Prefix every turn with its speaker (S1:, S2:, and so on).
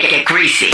S1: Vibration.